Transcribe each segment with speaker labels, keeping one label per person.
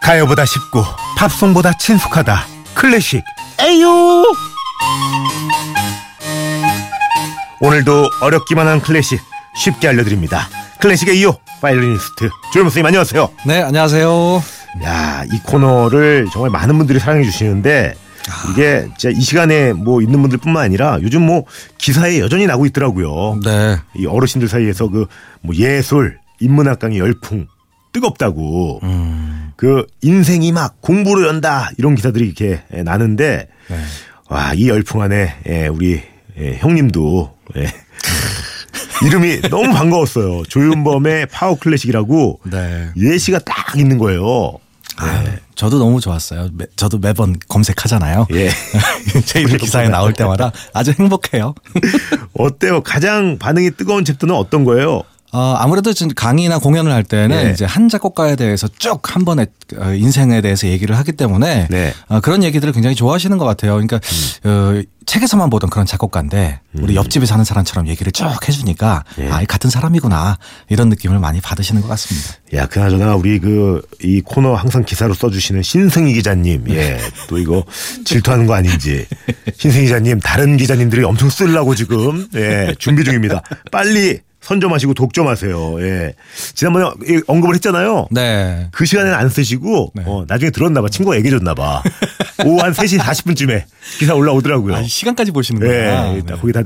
Speaker 1: 가요보다 쉽고 팝송보다 친숙하다 클래식 에유 오늘도 어렵기만 한 클래식 쉽게 알려드립니다 클래식의 이유 파일리니스트 조현 선생님 안녕하세요
Speaker 2: 네, 안녕하세요.
Speaker 1: 야이 코너를 정말 많은 분들이 사랑해 주시는데 이게 진짜 이 시간에 뭐 있는 분들뿐만 아니라 요즘 뭐 기사에 여전히 나고 있더라고요
Speaker 2: 네.
Speaker 1: 이 어르신들 사이에서 그 뭐 예술 인문학 강의 열풍 뜨겁다고 그 인생이 막 공부로 연다 이런 기사들이 이렇게 예, 나는데 와 이 열풍 안에 예, 우리 예, 형님도 예. 이름이 너무 반가웠어요 조윤범의 파워 클래식이라고
Speaker 2: 네.
Speaker 1: 예시가 딱 있는 거예요.
Speaker 2: 아, 저도 너무 좋았어요. 매- 저도 매번 검색하잖아요.
Speaker 1: 예.
Speaker 2: 제 이름 기사에 나올 때마다 아주 행복해요.
Speaker 1: 어때요? 가장 반응이 뜨거운 챕터는 어떤 거예요?
Speaker 2: 어, 아무래도 지금 강의나 공연을 할 때는
Speaker 1: 네.
Speaker 2: 이제 한 작곡가에 대해서 쭉 한 번에 어, 인생에 대해서 얘기를 하기 때문에
Speaker 1: 네.
Speaker 2: 어, 그런 얘기들을 굉장히 좋아하시는 것 같아요. 그러니까 어, 책에서만 보던 그런 작곡가인데 우리 옆집에 사는 사람처럼 얘기를 쭉 해주니까 아, 이 같은 사람이구나 이런 느낌을 많이 받으시는 것 같습니다.
Speaker 1: 야, 그나저나 우리 그 이 코너 항상 기사로 써주시는 신승희 기자님, 예, 또 이거 질투하는 거 아닌지 신승희 기자님 다른 기자님들이 엄청 쓰려고 지금 예 준비 중입니다. 빨리 선점하시고 독점하세요. 예, 지난번에 이 언급을 했잖아요.
Speaker 2: 네.
Speaker 1: 그 시간에는 안 쓰시고 어, 나중에 들었나 봐 친구가 얘기해 줬나 봐. 오후 한 3시 40분쯤에 기사 올라오더라고요.
Speaker 2: 아, 이 시간까지 보시는 구나
Speaker 1: 예,
Speaker 2: 네.
Speaker 1: 거기 다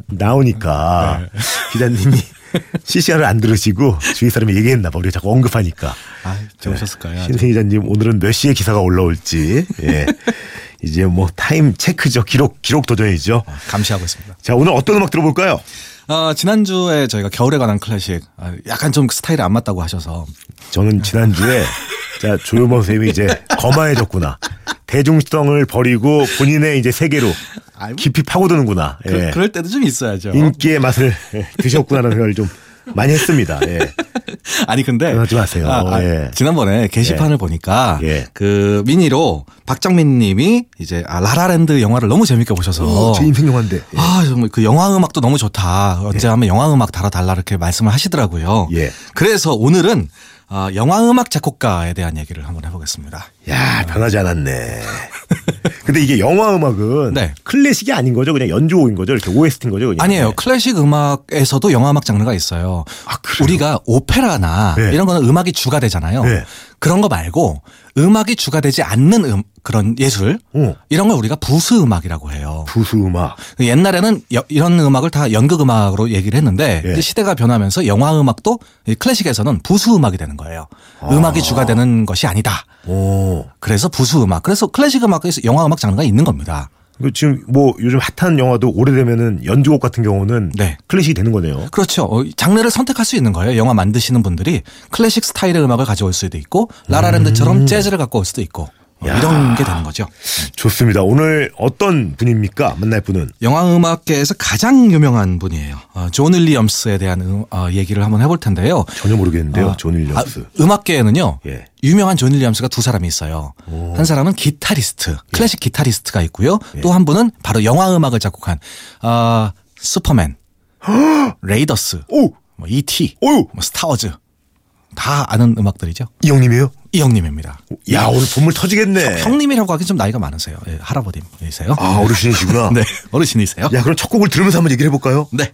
Speaker 1: 나오니까 기자님이 CCR을 안 들으시고 주위 사람이 얘기했나 봐. 우리가 자꾸 언급하니까.
Speaker 2: 아, 좋으셨을까요? 아주.
Speaker 1: 신승 기자님 오늘은 몇 시에 기사가 올라올지. 예. 이제 뭐 타임 체크죠. 기록 기록 도전이죠.
Speaker 2: 감시하고 있습니다.
Speaker 1: 자, 오늘 어떤 음악 들어볼까요?
Speaker 2: 아, 지난주에 저희가 겨울에 관한 클래식 아, 약간 좀 스타일이 안 맞다고 하셔서
Speaker 1: 저는 지난주에 자, 조효범 선생님이 이제 거마해졌구나. 대중성을 버리고 본인의 이제 세계로 깊이 파고드는구나. 예.
Speaker 2: 그, 럴 때도 좀 있어야죠.
Speaker 1: 인기의 맛을 예, 드셨구나라는 생각을 좀 많이 했습니다. 예.
Speaker 2: 아니 근데
Speaker 1: 그러지 마세요.
Speaker 2: 아, 아,
Speaker 1: 예.
Speaker 2: 지난번에 게시판을 보니까
Speaker 1: 예.
Speaker 2: 그 미니로 박정민 님이 이제 아, 라라랜드 영화를 너무 재밌게 보셔서
Speaker 1: 제 인생 영화인데. 예.
Speaker 2: 아, 정말 그 영화 음악도 너무 좋다. 언제 하면 영화 음악 달아달라 이렇게 말씀을 하시더라고요.
Speaker 1: 예.
Speaker 2: 그래서 오늘은 아, 영화 음악 작곡가에 대한 얘기를 한번 해보겠습니다.
Speaker 1: 야 변하지 않았네. 근데 이게 영화 음악은
Speaker 2: 네.
Speaker 1: 클래식이 아닌 거죠? 그냥 연주곡인 거죠? 이렇게 OST인 거죠? 그냥?
Speaker 2: 아니에요. 클래식 음악에서도 영화 음악 장르가 있어요. 우리가 오페라나
Speaker 1: 아, 네.
Speaker 2: 이런 거는 음악이 주가 되잖아요.
Speaker 1: 네.
Speaker 2: 그런 거 말고 음악이 주가 되지 않는 음, 그런 예술
Speaker 1: 어.
Speaker 2: 이런 걸 우리가 부수 음악이라고 해요.
Speaker 1: 부수 음악.
Speaker 2: 옛날에는 여- 이런 음악을 다 연극 음악으로 얘기를 했는데
Speaker 1: 예.
Speaker 2: 이제 시대가 변하면서 영화 음악도 이 클래식에서는 부수 음악이 되는 거예요.
Speaker 1: 아.
Speaker 2: 음악이 주가 되는 것이 아니다.
Speaker 1: 오.
Speaker 2: 그래서 부수 음악. 그래서 클래식 음악에서 영화 음악 장르가 있는 겁니다.
Speaker 1: 그 지금 뭐 요즘 핫한 영화도 오래되면은 연주곡 같은 경우는
Speaker 2: 네.
Speaker 1: 클래식이 되는 거네요.
Speaker 2: 그렇죠. 어, 장르를 선택할 수 있는 거예요. 영화 만드시는 분들이 클래식 스타일의 음악을 가져올 수도 있고 라라랜드처럼 재즈를 갖고 올 수도 있고 어,
Speaker 1: 음. 야.
Speaker 2: 이런 게 되는 거죠.
Speaker 1: 좋습니다. 오늘 어떤 분입니까? 만날 분은
Speaker 2: 영화 음악계에서 가장 유명한 분이에요. 어, 존 윌리엄스에 대한 음- 어, 얘기를 한번 해볼 텐데요.
Speaker 1: 전혀 모르겠는데요.
Speaker 2: 아,
Speaker 1: 존 윌리엄스.
Speaker 2: 아, 음악계에는요.
Speaker 1: 예.
Speaker 2: 유명한 존 윌리엄스가 두 사람이 있어요. 한 사람은
Speaker 1: 예.
Speaker 2: 기타리스트, 클래식 기타리스트가 있고요. 또 한 분은 바로 영화 음악을 작곡한 아, 슈퍼맨, 레이더스,
Speaker 1: 오,
Speaker 2: 뭐 E.T.
Speaker 1: 오유
Speaker 2: 뭐 스타워즈 다 아는 음악들이죠.
Speaker 1: 이 형님이에요?
Speaker 2: 이 형님입니다.
Speaker 1: 야 오늘 분물 터지겠네.
Speaker 2: 형님이라고 하긴 좀 나이가 많으세요. 예, 할아버님이세요.
Speaker 1: 아 어르신이시구나.
Speaker 2: 네, 어르신이세요.
Speaker 1: 야 그럼 첫 곡을 들으면서 한번 얘기를 해볼까요?
Speaker 2: 네.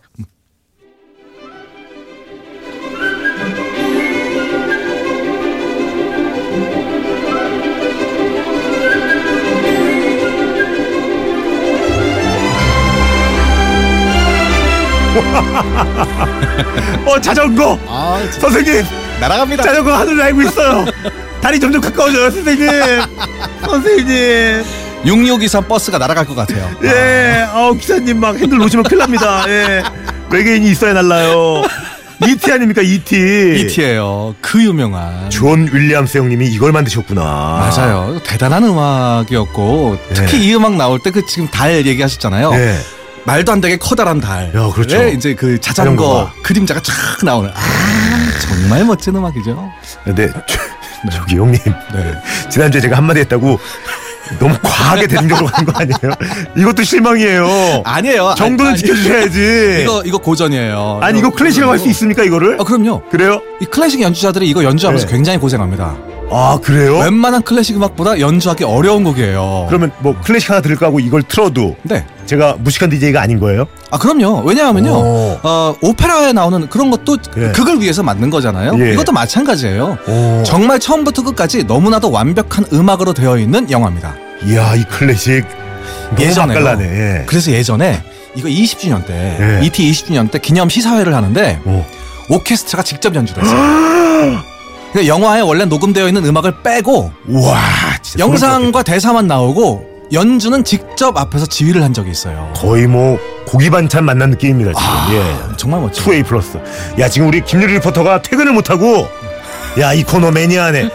Speaker 1: 어 자전거.
Speaker 2: 아, 진짜
Speaker 1: 선생님
Speaker 2: 날아갑니다.
Speaker 1: 자전거 하늘을 날고 있어요. 다리 점점 가까워져요, 선생님. 선생님.
Speaker 2: 6623 버스가 날아갈 것 같아요.
Speaker 1: 예. 아우, 기사님 막 핸들 놓으시면 큰일 납니다. 예. 외계인이 있어야 날라요. ET 아닙니까, ET.
Speaker 2: E E.T.예요. 그 유명한.
Speaker 1: 존 윌리엄스 형님이 이걸 만드셨구나.
Speaker 2: 맞아요. 대단한 음악이었고 특히 이 음악 나올 때 그 지금 달 얘기하셨잖아요.
Speaker 1: 예.
Speaker 2: 말도 안 되게 커다란 달.
Speaker 1: 야, 그렇죠.
Speaker 2: 네, 이제 그 자전거
Speaker 1: 자전거가.
Speaker 2: 그림자가 쫙 나오는. 아, 정말 멋진 음악이죠.
Speaker 1: 근데 저, 저기 형님.
Speaker 2: 네.
Speaker 1: 지난주에 제가 한마디 했다고 너무 과하게 대중적으로 가는 거 아니에요? 이것도 실망이에요.
Speaker 2: 아니에요. 아니,
Speaker 1: 정도는
Speaker 2: 아니,
Speaker 1: 지켜주셔야지.
Speaker 2: 이거 이거 고전이에요.
Speaker 1: 아니, 이거 클래식이라고 할 수 있습니까, 이거를?
Speaker 2: 아 그럼요.
Speaker 1: 그래요?
Speaker 2: 이 클래식 연주자들이 이거 연주하면서
Speaker 1: 네.
Speaker 2: 굉장히 고생합니다.
Speaker 1: 아 그래요?
Speaker 2: 웬만한 클래식 음악보다 연주하기 어려운 곡이에요.
Speaker 1: 그러면 뭐 클래식 하나 들을까 하고 이걸 틀어도
Speaker 2: 네.
Speaker 1: 제가 무식한 DJ가 아닌 거예요?
Speaker 2: 아 그럼요. 왜냐하면요.
Speaker 1: 오.
Speaker 2: 어, 오페라에 나오는 그런 것도
Speaker 1: 예.
Speaker 2: 극을 위해서 만든 거잖아요.
Speaker 1: 예.
Speaker 2: 이것도 마찬가지예요.
Speaker 1: 오.
Speaker 2: 정말 처음부터 끝까지 너무나도 완벽한 음악으로 되어 있는 영화입니다.
Speaker 1: 이야 이 클래식 너무
Speaker 2: 예전에요.
Speaker 1: 맛깔나네. 예.
Speaker 2: 그래서 예전에 이거 20주년 때
Speaker 1: 예.
Speaker 2: ET 20주년 때 기념 시사회를 하는데
Speaker 1: 오.
Speaker 2: 오케스트라가 직접 연주를 했어요. 그러니까 영화에 원래 녹음되어 있는 음악을 빼고
Speaker 1: 우와 진짜
Speaker 2: 영상과 대사만 나오고 연주는 직접 앞에서 지휘를 한 적이 있어요.
Speaker 1: 거의 뭐 고기 반찬 만난 느낌입니다 지금.
Speaker 2: 아.
Speaker 1: 예.
Speaker 2: 정말 멋지죠.
Speaker 1: 투웨이 플러스. 야 지금 우리 김유리 리포터가 퇴근을 못 하고 야 이 코너 매니아네.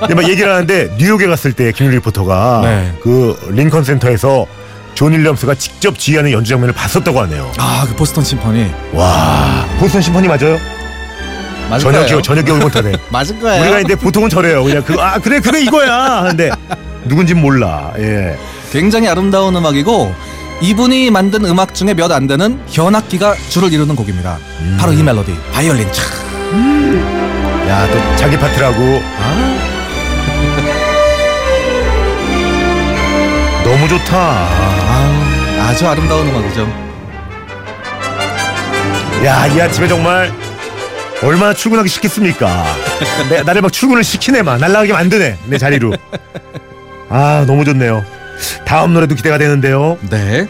Speaker 1: 근데 막 얘기를 하는데 뉴욕에 갔을 때 김유리 리포터가
Speaker 2: 네.
Speaker 1: 그 링컨 센터에서 존 윌리엄스가 직접 지휘하는 연주 장면을 봤었다고 하네요.
Speaker 2: 아, 그 보스턴 심포니.
Speaker 1: 와 보스턴 심포니 맞아요?
Speaker 2: 맞을 거예요.
Speaker 1: 저녁이요 저녁이 오늘 못하네.
Speaker 2: 맞을 거예요.
Speaker 1: 우리가 이제 보통은 저래요. 그냥 그 아 그래 그래 이거야 하는데 누군지 몰라. 예.
Speaker 2: 굉장히 아름다운 음악이고 이분이 만든 음악 중에 몇 안 되는 현악기가 주를 이루는 곡입니다. 바로 이 멜로디. 바이올린. 차.
Speaker 1: 야 또 자기 파트라고
Speaker 2: 아,
Speaker 1: 너무 좋다.
Speaker 2: 아, 아주 아름다운 음악이죠.
Speaker 1: 야, 이 아침에 정말 얼마나 출근하기 싫겠습니까? 내, 나를 막 출근을 시키네, 막. 날라가게 만드네, 내 자리로. 아, 너무 좋네요. 다음 노래도 기대가 되는데요.
Speaker 2: 네.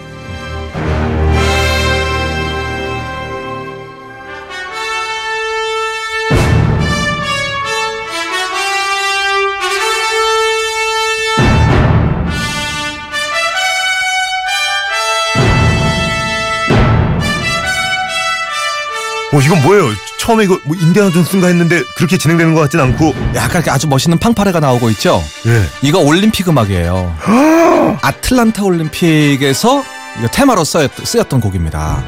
Speaker 1: 어, 이건 뭐예요? 처음에 이거 뭐 인디아나 존슨가 했는데 그렇게 진행되는 것 같진 않고.
Speaker 2: 약간 이렇게 아주 멋있는 팡파레가 나오고 있죠.
Speaker 1: 예.
Speaker 2: 이거 올림픽 음악이에요. 아틀란타 올림픽에서 이거 테마로 쓰였, 쓰였던 곡입니다.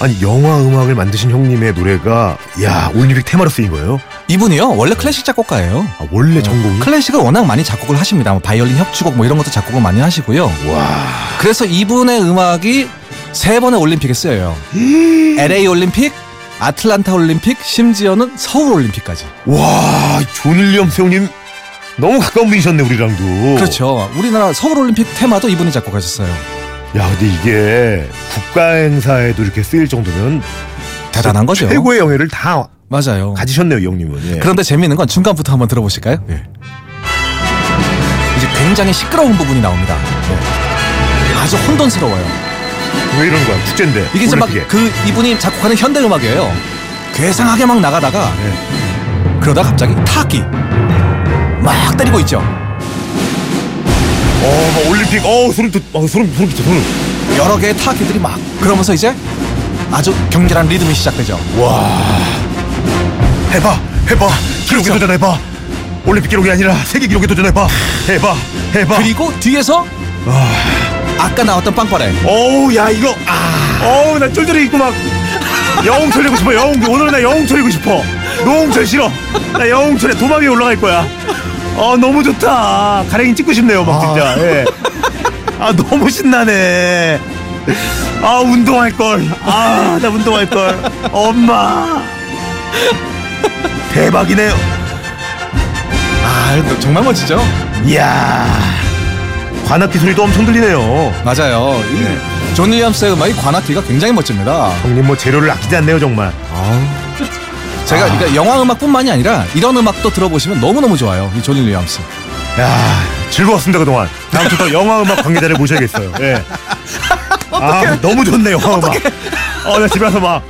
Speaker 1: 아니, 영화 음악을 만드신 형님의 노래가, 야, 올림픽 테마로 쓰인 거예요?
Speaker 2: 이분이요 원래 클래식 작곡가예요.
Speaker 1: 아, 원래 전공이?
Speaker 2: 클래식을 워낙 많이 작곡을 하십니다. 뭐 바이올린 협주곡 뭐 이런 것도 작곡을 많이 하시고요.
Speaker 1: 와.
Speaker 2: 그래서 이분의 음악이 세 번의 올림픽에 쓰여요.
Speaker 1: 음.
Speaker 2: LA 올림픽, 아틀란타 올림픽, 심지어는 서울 올림픽까지.
Speaker 1: 와, 존 윌리엄스 형님 너무 가까운 분이셨네, 우리랑도.
Speaker 2: 그렇죠. 우리나라 서울 올림픽 테마도 이분이 작곡하셨어요.
Speaker 1: 야, 근데 이게 국가 행사에도 이렇게 쓰일 정도면
Speaker 2: 대단한 거죠.
Speaker 1: 최고의 영예를 다
Speaker 2: 맞아요.
Speaker 1: 가지셨네요, 이 형님은. 예.
Speaker 2: 그런데 재미있는 건 중간부터 한번 들어보실까요? 이제 굉장히 시끄러운 부분이 나옵니다. 네. 아주 혼돈스러워요.
Speaker 1: 왜 이러는 거야? 축제인데.
Speaker 2: 이게 이제
Speaker 1: 올림픽에.
Speaker 2: 막 그 이분이 작곡하는 현대 음악이에요. 괴상하게 막 나가다가 그러다 갑자기 타기 막 때리고 있죠. 그-
Speaker 1: 어, 막 올림픽. 어, 소름 돋. 어, 소름 소름 끼쳐. 소름.
Speaker 2: 여러 개의 타악기들이 막 그러면서 이제 아주 격렬한 리듬이 시작되죠.
Speaker 1: 해봐, 해봐. 기록에
Speaker 2: 그렇죠.
Speaker 1: 도전해봐. 올림픽 기록이 아니라 세계 기록에 도전해봐. 해봐, 해봐.
Speaker 2: 그리고 뒤에서 아까 나왔던 빵빠레
Speaker 1: 어우, 야 이거. 아, 어우, 나 쫄쫄이 있고 막. 영웅 철리고 싶어. 영웅. 오늘은 나 영웅 철리고 싶어. 노홍철 싫어. 나 영웅 철에 도마 위에 올라갈 거야. 어, 너무 좋다. 가랭이 찍고 싶네요, 막 진짜. 예. 아, 너무 신나네. 아, 운동할 걸. 아, 나 운동할 걸. 엄마. 대박이네요.
Speaker 2: 아 이거 정말 멋지죠?
Speaker 1: 이야. 관악기 소리도 엄청 들리네요.
Speaker 2: 맞아요. 이 존 윌리엄스의 음악이 관악기가 굉장히 멋집니다.
Speaker 1: 형님 뭐 재료를 아끼지 않네요, 정말.
Speaker 2: 제가 그러니까 영화 음악뿐만이 아니라 이런 음악도 들어보시면 너무너무 좋아요. 이 존 윌리엄스.
Speaker 1: 야 즐거웠습니다 그동안 다음 주부터 영화 음악 관계자를 모셔야겠어요 예. 아 너무 좋네 영화 음악 어나 집에 와서 막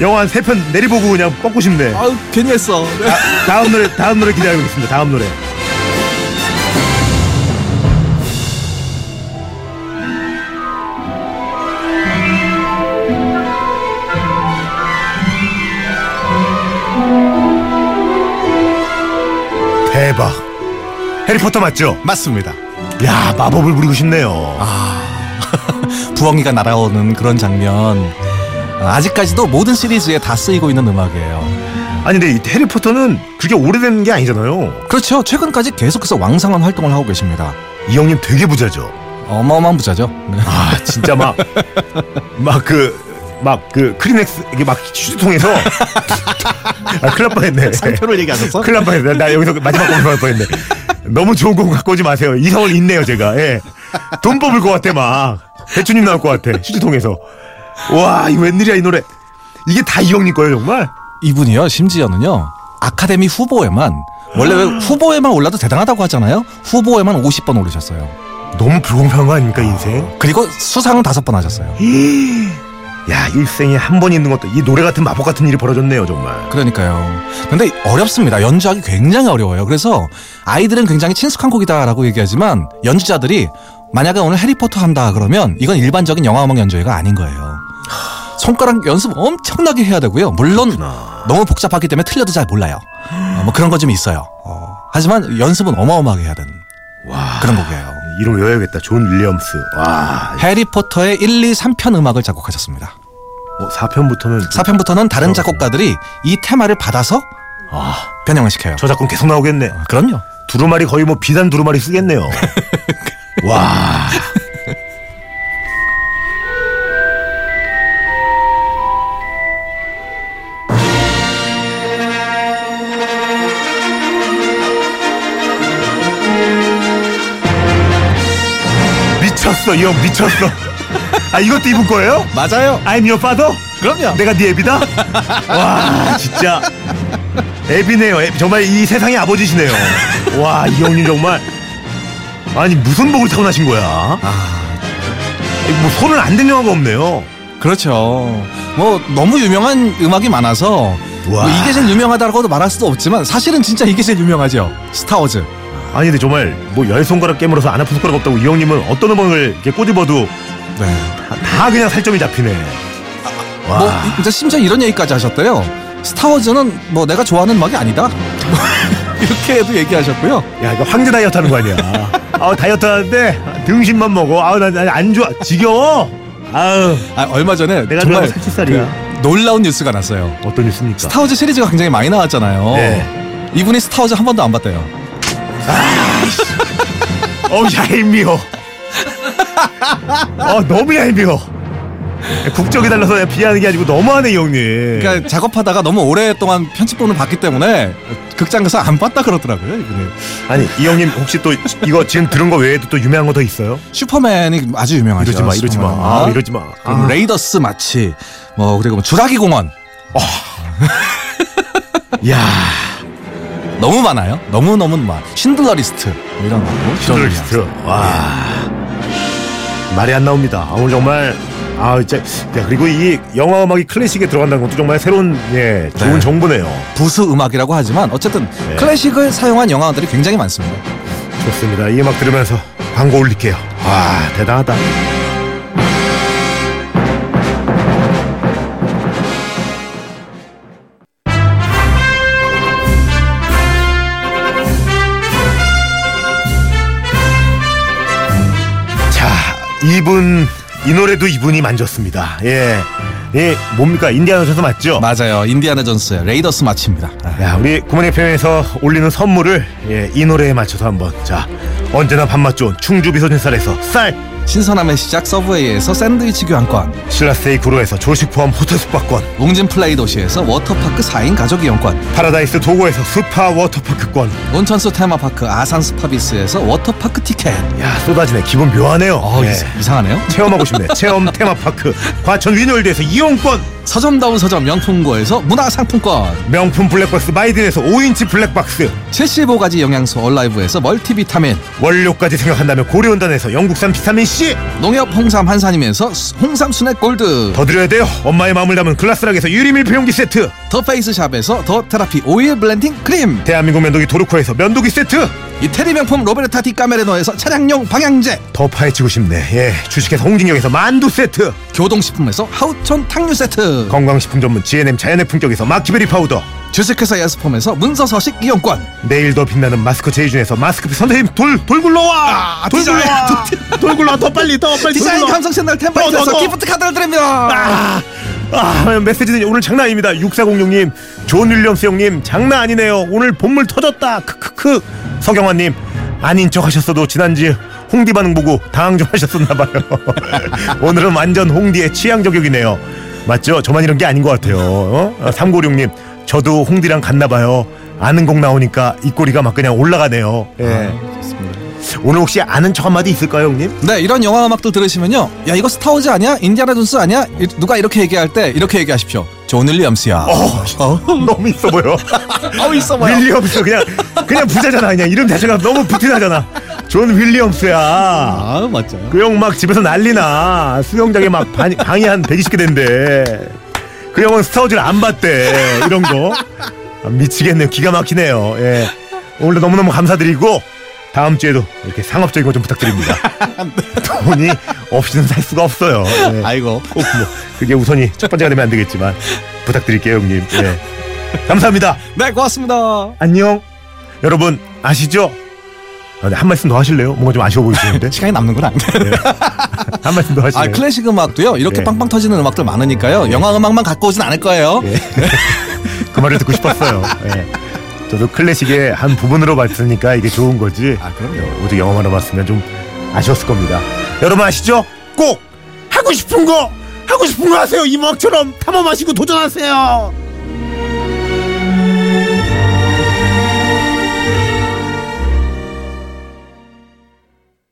Speaker 1: 영화 한 세 편 내리보고 그냥 꺾고 싶네
Speaker 2: 아우 괜히 했어.
Speaker 1: 다- 다음 노래 다음 노래 기대하고 있습니다 다음 노래 대박 해리포터 맞죠?
Speaker 2: 맞습니다.
Speaker 1: 야 마법을 부리고 싶네요.
Speaker 2: 아. 부엉이가 날아오는 그런 장면. 아직까지도 모든 시리즈에 다 쓰이고 있는 음악이에요.
Speaker 1: 아니 근데 이 해리포터는 그렇게 오래된 게 아니잖아요.
Speaker 2: 그렇죠. 최근까지 계속해서 왕성한 활동을 하고 계십니다. 네.
Speaker 1: 이 형님 되게 부자죠.
Speaker 2: 아, 어마어마한 부자죠.
Speaker 1: 아 진짜 막 막 그 막 그 크리넥스 이게 막 휴지통에서 아, 큰일 날 뻔했네.
Speaker 2: 상표를 얘기하셨어?
Speaker 1: 큰일 날 뻔했네. 나 여기서 마지막 공부 할 뻔했네. 너무 좋은 공 갖고 오지 마세요. 이성을 잃네요 제가. 예. 돈 뽑을 것 같아 막. 대추님 나올 것 같아. 휴지통에서. 와, 이 웬일이야 이 노래. 이게 다 이 형님 거예요 정말.
Speaker 2: 이분이요 심지어는요 아카데미 후보에만 원래 왜 후보에만 올라도 대단하다고 하잖아요. 후보에만 50번 오르셨어요.
Speaker 1: 너무 불공평한 거 아닙니까 인생?
Speaker 2: 그리고 수상은 다섯 번 하셨어요.
Speaker 1: 야 일생에 한 번 있는 것도 이 노래 같은 마법 같은 일이 벌어졌네요 정말.
Speaker 2: 그러니까요. 근데 어렵습니다. 연주하기 굉장히 어려워요. 그래서 아이들은 굉장히 친숙한 곡이다라고 얘기하지만 연주자들이 만약에 오늘 해리포터 한다 그러면 이건 일반적인 영화음악 연주회가 아닌 거예요. 손가락 연습 엄청나게 해야 되고요. 물론 너무 복잡하기 때문에 틀려도 잘 몰라요. 어, 뭐 그런 건 좀 있어요. 어, 하지만 연습은 어마어마하게 해야 되는
Speaker 1: 와.
Speaker 2: 그런 곡이에요.
Speaker 1: 이름 외워야겠다. 존 윌리엄스. 와.
Speaker 2: 해리포터의 1, 2, 3편 음악을 작곡하셨습니다.
Speaker 1: 어, 4편부터는
Speaker 2: 4편부터는 다른 작곡가들이 이 테마를 받아서
Speaker 1: 아,
Speaker 2: 변형을 시켜요.
Speaker 1: 저작권 계속 나오겠네.
Speaker 2: 그럼요.
Speaker 1: 두루마리 거의 뭐 비단 두루마리 쓰겠네요. 와. 미쳤어, 이 형 미쳤어. 아 이것도 입은 거예요?
Speaker 2: 맞아요.
Speaker 1: I'm your father?
Speaker 2: 그럼요.
Speaker 1: 내가 네 애비다? 와 진짜 애비네요. 애비. 정말 이 세상의 아버지시네요. 와 이 형님 정말 아니 무슨 복을 타고나신 거야?
Speaker 2: 아,
Speaker 1: 뭐 손을 안 댄 영화가 없네요.
Speaker 2: 그렇죠. 뭐 너무 유명한 음악이 많아서
Speaker 1: 와.
Speaker 2: 뭐 이게 제일 유명하다고도 말할 수도 없지만 사실은 진짜 이게 제일 유명하죠. 스타워즈.
Speaker 1: 아니 근데 정말 뭐 열 손가락 깨물어서 안 아픈 손가락 없다고 이 형님은 어떤 음악을 이렇게 꼬집어도
Speaker 2: 네.
Speaker 1: 다, 다 그냥 살점이 잡히네. 와.
Speaker 2: 뭐 이제 심지어 이런 얘기까지 하셨대요. 스타워즈는 뭐 내가 좋아하는 음악이 아니다. 이렇게 해도 얘기하셨고요.
Speaker 1: 야 이거 황제 다이어트 하는 거 아니야 아 다이어트 하는데 등심만 먹어 아우 나안 좋아 지겨워 아우
Speaker 2: 아, 얼마 전에
Speaker 1: 내가
Speaker 2: 정말
Speaker 1: 좋아하는 살치살이야.
Speaker 2: 그 놀라운 뉴스가 났어요.
Speaker 1: 어떤 뉴스입니까
Speaker 2: 스타워즈 시리즈가 굉장히 많이 나왔잖아요.
Speaker 1: 네.
Speaker 2: 이분이 스타워즈 한 번도 안 봤대요.
Speaker 1: 어우 얄미워 어 너무 얄미워 국적이 달라서 그냥 비하는 게 아니고 너무하네 이 형님
Speaker 2: 그러니까 작업하다가 너무 오랫동안 편집본을 봤기 때문에 극장에서 안 봤다 그러더라고요. 이분이.
Speaker 1: 아니 이 형님 혹시 또 이거 지금 들은 거 외에도 또 유명한 거 더 있어요?
Speaker 2: 슈퍼맨이 아주 유명하죠.
Speaker 1: 이러지 마 이러지
Speaker 2: 슈퍼맨.
Speaker 1: 마 아, 이러지 마
Speaker 2: 그리고
Speaker 1: 아,
Speaker 2: 레이더스 마치 뭐 그리고 뭐 주라기 공원
Speaker 1: 야
Speaker 2: 너무 많아요. 너무 너무 많. 신들러 리스트 뭐 이런 거. 이런
Speaker 1: 슈들
Speaker 2: 분야.
Speaker 1: 리스트 와 말이 안 나옵니다 아, 오늘 정말 아 진짜 야, 그리고 이 영화 음악이 클래식에 들어간다는 것도 정말 새로운 예 좋은
Speaker 2: 네.
Speaker 1: 정보네요
Speaker 2: 부수 음악이라고 하지만 어쨌든
Speaker 1: 네.
Speaker 2: 클래식을 사용한 영화들이 굉장히 많습니다.
Speaker 1: 좋습니다. 이 음악 들으면서 광고 올릴게요. 와, 대단하다. 자, 이분 이 노래도 이분이 만졌습니다. 예. 예, 뭡니까? 인디아나 존스 맞죠?
Speaker 2: 맞아요. 인디아나 존스의 레이더스 마치입니다. 아,
Speaker 1: 야, 우리 구몬의 편에서 올리는 선물을 예, 이 노래에 맞춰서 한번 자 언제나 밥맛 좋은 충주 비서진쌀에서 쌀
Speaker 2: 신선함의 시작 서브웨이에서 샌드위치 교환권.
Speaker 1: 신라스테이 구로에서 조식 포함 호텔 숙박권
Speaker 2: 웅진 플레이 도시에서 워터파크 4인 가족 이용권,
Speaker 1: 파라다이스 도고에서 스파 워터파크권
Speaker 2: 온천수 테마파크 아산 스파비스에서 워터파크 티켓.
Speaker 1: 야 쏟아지네 기분 묘하네요
Speaker 2: 어,
Speaker 1: 예.
Speaker 2: 이상- 이상하네요.
Speaker 1: 체험하고 싶네 체험 테마파크 과천 위놀드에서 이용권
Speaker 2: 서점다운 서점 명품고에서 문화상품권,
Speaker 1: 명품 블랙박스 마이딘에서 5인치 블랙박스
Speaker 2: 75가지 영양소 얼라이브에서 멀티비타민,
Speaker 1: 원료까지 생각한다면 고려온단에서 영국산 비타민C
Speaker 2: 농협 홍삼 한산이면서 수- 홍삼 순액 골드,
Speaker 1: 더 드려야 돼요 엄마의 마음을 담은 글라스락에서 유리밀폐용기 세트
Speaker 2: 더 페이스샵에서 더 테라피 오일 블렌딩 크림,
Speaker 1: 대한민국 면도기 도르코에서 면도기 세트
Speaker 2: 이태리 명품 로베르타 디 까메르노에서 차량용 방향제,
Speaker 1: 더 파헤치고 싶네. 예, 주식회사 홍진경에서 만두 세트,
Speaker 2: 교동식품에서 하우촌 탕류 세트,
Speaker 1: 건강식품 전문 GNM 자연의 품격에서 마키베리 파우더,
Speaker 2: 주식회사 예스폼에서 문서서식 이용권,
Speaker 1: 내일 더 빛나는 마스크 제이준에서 마스크 선생님 돌 돌굴러와,
Speaker 2: 아,
Speaker 1: 돌굴러와, 돌굴러와 더 빨리 더 빨리
Speaker 2: 디자인
Speaker 1: 돌굴러와.
Speaker 2: 감성 채널
Speaker 1: 더, 더,
Speaker 2: 템파이트에서
Speaker 1: 더.
Speaker 2: 기프트 카드를 드립니다.
Speaker 1: 아, 아 메시지는 오늘 장난 아닙니다. 6406님, 존 윌리엄스 형님 장난 아니네요. 오늘 본물 터졌다. 크크크. 서경환님 아닌 척하셨어도 지난주 홍디 반응 보고 당황 좀 하셨었나 봐요. 오늘은 완전 홍디의 취향 저격이네요. 맞죠? 저만 이런 게 아닌 것 같아요. 어? 396님, 저도 홍디랑 갔나 봐요. 아는 곡 나오니까 입꼬리가 막 그냥 올라가네요. 예.
Speaker 2: 좋습니다.
Speaker 1: 오늘 혹시 아는 척 한마디 있을까요, 형님?
Speaker 2: 네, 이런 영화 음악도 들으시면요. 야, 이거 스타워즈 아니야? 인디아나 존스 아니야? 이- 누가 이렇게 얘기할 때 이렇게 얘기하십시오. 존 윌리엄스야.
Speaker 1: 어, 너무 있어 보여.
Speaker 2: 아우 있어
Speaker 1: 윌리엄스 그냥 그냥 부자잖아. 그냥 이름 자체가 너무 부티나잖아. 존 윌리엄스야.
Speaker 2: 아, 맞죠.
Speaker 1: 그 형 막 집에서 난리나. 수영장에 막 방, 방이 한 120개 된대. 그 형은 스타워즈를 안 봤대. 이런 거. 아, 미치겠네요. 기가 막히네요. 예. 오늘도 너무너무 감사드리고 다음 주에도 이렇게 상업적인 거 좀 부탁드립니다. 돈이 없이는 살 수가 없어요. 예.
Speaker 2: 아이고.
Speaker 1: 꼭 뭐, 그게 우선이 첫 번째가 되면 안 되겠지만 부탁드릴게요, 형님. 예. 감사합니다.
Speaker 2: 네, 고맙습니다.
Speaker 1: 안녕. 여러분 아시죠? 아, 네, 한 말씀 더 하실래요? 뭔가 좀 아쉬워 보이시는데
Speaker 2: 시간이 남는구나.
Speaker 1: 한 말씀 더 하실래요?
Speaker 2: 아, 클래식 음악도요. 이렇게
Speaker 1: 예.
Speaker 2: 빵빵 터지는 음악들 많으니까요. 영화 음악만 갖고 오진 않을 거예요.
Speaker 1: 그 말을 듣고 싶었어요. 예. 저도 클래식의 한 부분으로 봤으니까 이게 좋은 거지.
Speaker 2: 아, 그럼요.
Speaker 1: 예, 오직 영화만으로 봤으면 좀 아쉬웠을 겁니다. 여러분 아시죠? 꼭 하고 싶은 거 하고 싶은 거 하세요. 이막처럼 탐험하시고 도전하세요.